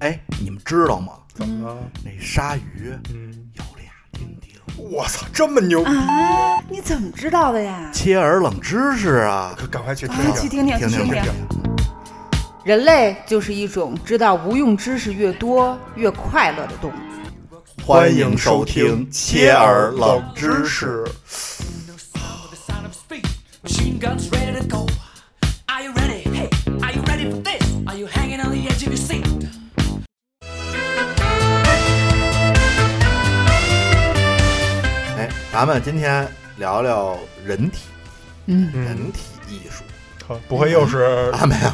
哎，你们知道吗？怎么了？那鲨鱼嗯，有俩丁丁。我操，这么牛！啊，你怎么知道的呀？切耳冷知识啊！可赶快去听啊，去听听。听，去听听听听。人类就是一种知道无用知识越多越快乐的动物。欢迎收听切耳冷知识。 with the sound of speed. Machine guns ready to go. Are you ready? Hey, are you ready for this? Are you hanging on the edge of your seat? 哎，咱们今天聊聊人体，嗯，人体艺术好，不会又是啊，没有，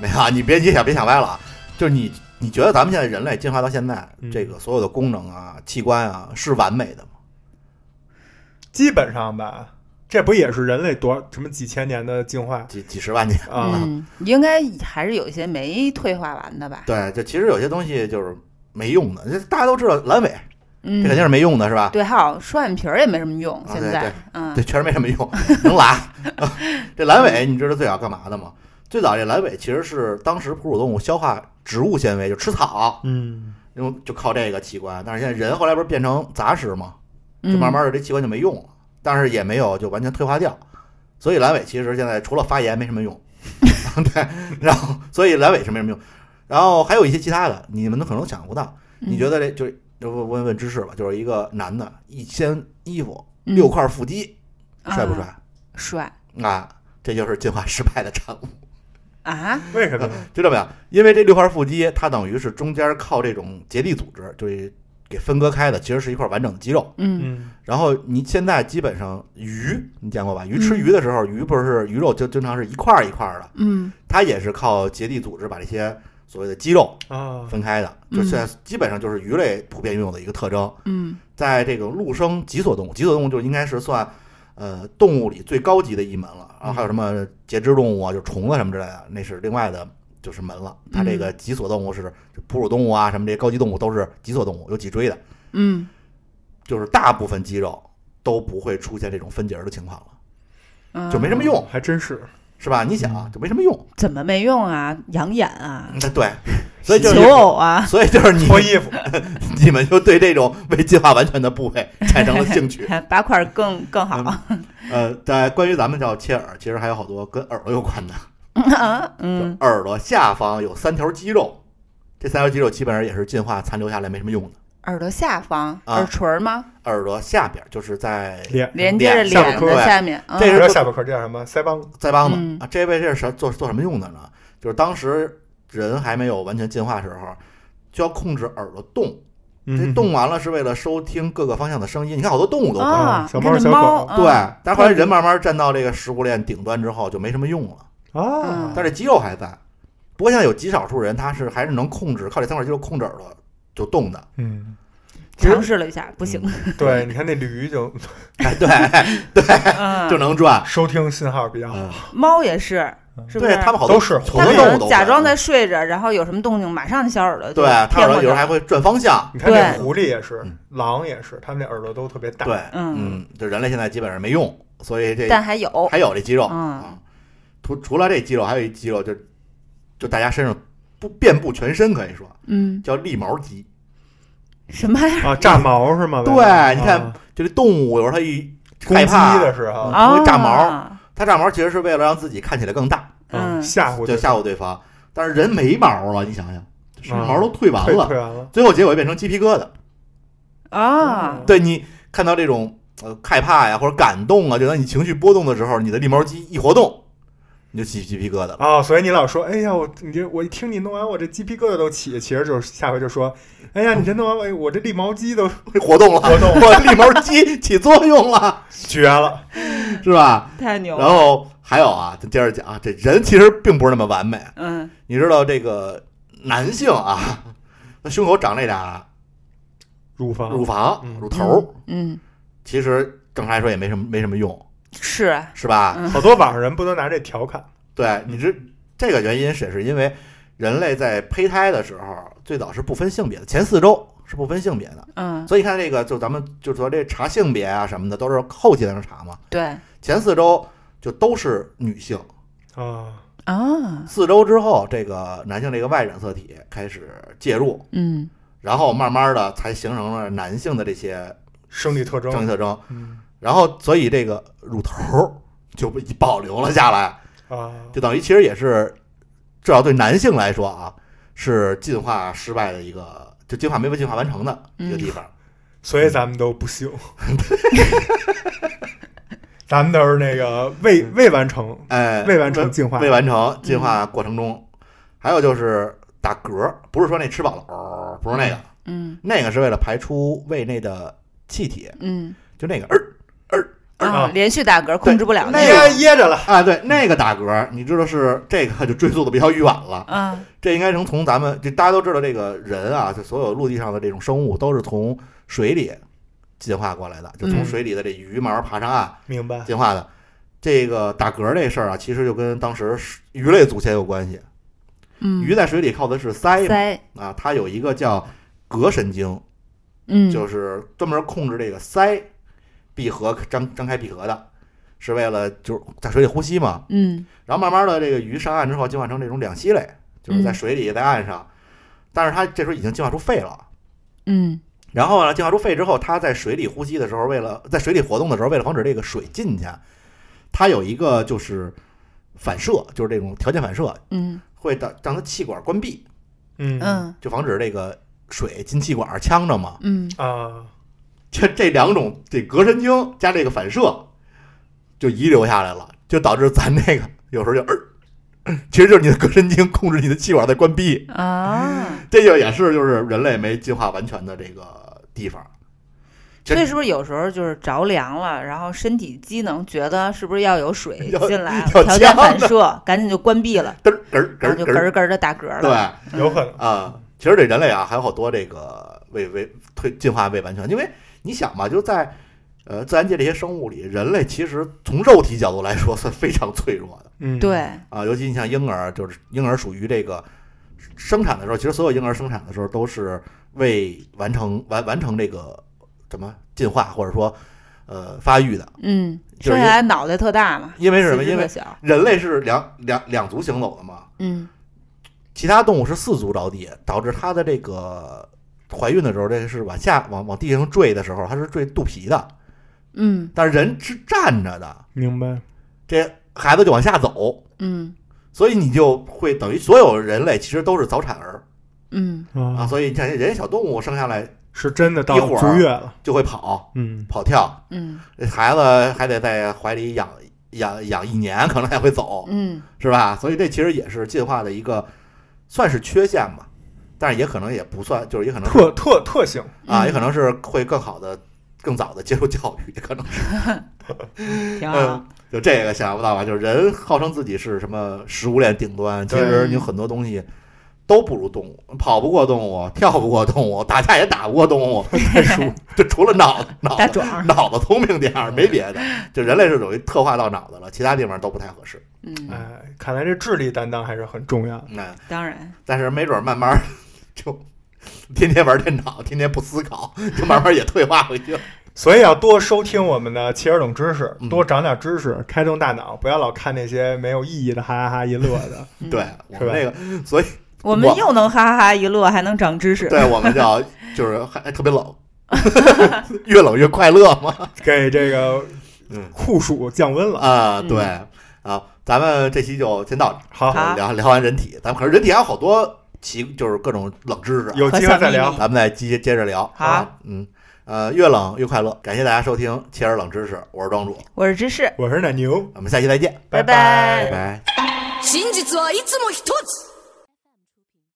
没有啊，你别你想别想歪了啊，就是你你觉得咱们现在人类进化到现在，嗯这个所有的功能啊、器官啊是完美的吗？基本上吧？这不也是人类多什么几千年的进化几几十万年？啊？嗯，应该还是有一些没退化完的吧？对，就其实有些东西就是没用的，这大家都知道阑尾这嗯，肯定是没用的，是吧？对，还有双眼皮儿也没什么用，啊现对对在，嗯，对，确实没什么用，能拉。 这阑尾你知道最早干嘛的吗？最早这阑尾其实是当时哺乳动物消化植物纤维，就吃草，嗯，因为就靠这个器官。但是现在人后来不是变成杂食吗？嗯就慢慢的这器官就没用了，但是也没有就完全退化掉。所以阑尾其实现在除了发炎没什么用， 对，然后所以阑尾是没什么用，然后还有一些其他的，你们可能想不到。嗯你觉得这就是就问问问知识吧，就是一个男的，一身衣服嗯六块腹肌，啊帅不帅？帅啊，这就是进化失败的产物，啊？为什么呀？知道没有？因为这六块腹肌，它等于是中间靠这种结缔组织，就是给分割开的，其实是一块完整的肌肉。嗯嗯，然后你现在基本上鱼，你见过吧？鱼吃鱼的时候，鱼不是鱼肉就经常是一块儿一块儿的，嗯它也是靠结缔组织把这些所谓的肌肉啊，分开的，就现在基本上就是鱼类普遍拥有的一个特征。嗯在这个陆生脊索动物，脊索动物就应该是算呃动物里最高级的一门了。然后还有什么节肢动物啊，就虫子什么之类的，那是另外的就是门了。它这个脊索动物是就哺乳动物啊，什么这些高级动物都是脊索动物，有脊椎的，嗯，就是大部分肌肉都不会出现这种分解儿的情况了，嗯就没什么用，还真是。是吧？你想啊，就没什么用。怎么没用啊？养眼啊，那 对，所嗯以就求是。偶啊， 所以就是你啊脱衣服，你们就对这种未进化完全的部位产生了兴 趣，拔块儿更更好。呃，在关于咱们叫切耳，其实还有好多跟耳朵有关的。 嗯，就耳朵下方有三条肌肉，这三条肌肉基本上也是进化残留下来没什么用的。耳朵下方，啊耳垂儿吗？耳朵下边就是在脸连接着脸脸下巴颏啊的下面，嗯这不是要下巴颏，这叫什么？腮帮子。腮帮子、嗯啊，这位这是什做做什么用的呢？就是当时人还没有完全进化时候，就要控制耳朵动。嗯这动完了是为了收听各个方向的声音。你看好多动物都会、啊，小你猫看小这狗，猫嗯对，但是后来人慢慢站到这个食物链顶端之后就没什么用了，啊，但是肌肉还在。不过现在有极少数人他是还是能控制靠这三块肌肉控制耳朵就动 的。嗯，尝试了一下，不行，对，你看那 驴就哎，对，就嗯， 能转。收听信号比较好，嗯猫也是，是不对是？他们好多都是好多它可动物能都会假装在睡着，然后有什么动静，马上小耳朵就对，啊它偏有过时去候了。还会转方向。你看那对狐狸也是嗯，狼也是，它们那耳朵都特别大。对，嗯嗯，就人类现在基本上没用，所以这但还有，还有这肌肉嗯啊。除除了这肌肉，还有一肌肉就就大家身上不遍布全身，可以说嗯，叫立毛肌。什么 呀？啊，炸毛是吗？对啊你看就这动物有时候它一攻害击怕嗯的时候，它会炸毛，啊，它炸毛其实是为了让自己看起来更大，嗯，吓唬就吓唬对方。但是人没毛了，你想想，身上毛都退完啊退了，退完了。最后结果就变成鸡皮疙瘩。啊，对你看到这种呃害怕呀或者感动啊，就当你情绪波动的时候，你的立毛肌一活动，你就起鸡皮疙瘩了。哦，所以你老说，哎呀，我你这我一听你弄完，我这鸡皮疙瘩都起，其实就是下回就说，哎呀，你这弄完，我我这立毛肌都活动了，活动我立毛肌起作用了，绝了，是吧？太牛然了，后还有啊，咱接着讲啊，这人其实并不是那么完美。嗯，你知道这个男性啊，那胸口长这俩乳房，乳房嗯、乳头，嗯，其实正常来说也没什么没什么用，是啊，是吧？嗯好多网上人不都拿这调侃，对你这这个原因是是因为人类在胚胎的时候，最早是不分性别的，前四周是不分性别的。嗯，所以你看这个，就咱们就说这查性别啊什么的，都是后期才能查嘛。对，前四周就都是女性，啊，啊，四周之后，这个男性这个外染色体开始介入，嗯然后慢慢的才形成了男性的这些生理特征，生理特征，嗯然后所以这个乳头儿就被保留了下来，啊，就等于其实也是至少对男性来说啊，是进化失败的一个，就进化没有进化完成的一个地方。所以咱们都不 朽，咱们都是那个未未完成，哎，未完成进化嗯未完成进化过程中，还有就是打嗝，不是说那吃饱了，哦不是那个，嗯那个是为了排出胃内的气体，嗯就那个呃啊，啊连续打嗝控制不了那个个噎噎着了，啊，对，那个打嗝，你知道是这个就追溯的比较远了。啊，这应该能从咱们就大家都知道，这个人啊，就所有陆地上的这种生物都是从水里进化过来的，就从嗯水里的这鱼慢慢爬上岸明白？进化的。这个打嗝这事儿啊，其实就跟当时鱼类祖先有关系。嗯，鱼在水里靠的是鳃嘛塞，啊，它有一个叫膈神经，嗯，就是专门控制这个鳃闭合张张开闭合的，是为了就是在水里呼吸嘛。嗯然后慢慢的，这个鱼上岸之后进化成这种两栖类，就是在嗯水里，在岸上。但是它这时候已经进化出肺了。嗯然后呢，进化出肺之后，它在水里呼吸的时候，为了在水里活动的时候，为了防止这个水进去，它有一个就是反射，就是这种条件反射，嗯会让让它气管关闭，嗯嗯就防止这个水进气管呛着嘛。嗯啊，这这两种这膈神经加这个反射，就遗留下来了，就导致咱这个有时候就呃，其实就是你的膈神经控制你的气管在关闭，啊，这就也是就是人类没进化完全的这个地方。这所以是不是有时候就是着凉了，然后身体机能觉得是不是要有水要进来，要条件呛啊反着射，赶紧就关闭了，嘚儿嘚儿嘚然儿后就啊嘚咯儿，儿咯儿的打嗝了。对嗯啊、有可能，其实这人类啊还有好多这个未未推进化未完全，因为你想嘛，就在呃自然界这些生物里，人类其实从肉体角度来说算非常脆弱的。嗯，对，啊，尤其你像婴儿，就是婴儿属于这个生产的时候，其实所有婴儿生产的时候都是未完成完完成这个什么进化或者说呃发育的，嗯，就是生下因来脑袋特大嘛，因为是什么？四肢因特为小，人类是两两两足行走的嘛，嗯其他动物是四足着地，导致它的这个怀孕的时候，这个是往下往往地上坠的时候，它是坠肚皮的，嗯但是人是站着的，明白，这孩子就往下走，嗯所以你就会等于所有人类其实都是早产儿。嗯啊，啊，所以你看人家小动物生下来是真的到一会儿足月了，就会跑、嗯，跑跳，嗯孩子还得在怀里养养养一年，可能才会走，嗯是吧？所以这其实也是进化的一个算是缺陷吧，但是也可能也不算，就是也可能特特特性，啊，嗯也可能是会更好的、更早的接受教育，也可能是。挺好嗯， 就这个想不到吧？就是人号称自己是什么食物链顶端，其实对你有很多东西都不如动物，跑不过动物，跳不过动物，打架也打不过动 物，就除了脑脑大子壮，脑子聪明点儿，没别的。就人类是属于特化到脑子了，其他地方都不太合适。嗯，哎，看来这智力担当还是很重要的。那当然，但是没准儿慢 慢儿就天天玩电脑，天天不思考，就慢慢也退化回去了。所以要多收听我们的《切尔懂知识嗯》，多长点知识，开动大脑，不要老看那些没有意义的哈哈哈一乐 的。嗯对，我是们吧这个，所以我们我又能哈哈哈一乐，还能长知识，对我们叫就是还还特别冷， 越冷越快乐嘛。给这个嗯酷暑降温了。啊，对啊，咱们这期就先到这儿。好，嗯好聊聊完人体，咱们可是人体还有好多奇，就是各种冷知识啊。有机会再聊和小秘密。咱们再接接着聊。好吧嗯，呃，越冷越快乐。感谢大家收听《切尔冷知识》，我是庄主，我是芝士，我是奶牛，我们下期再见，拜拜拜拜拜。真実はいつも一つ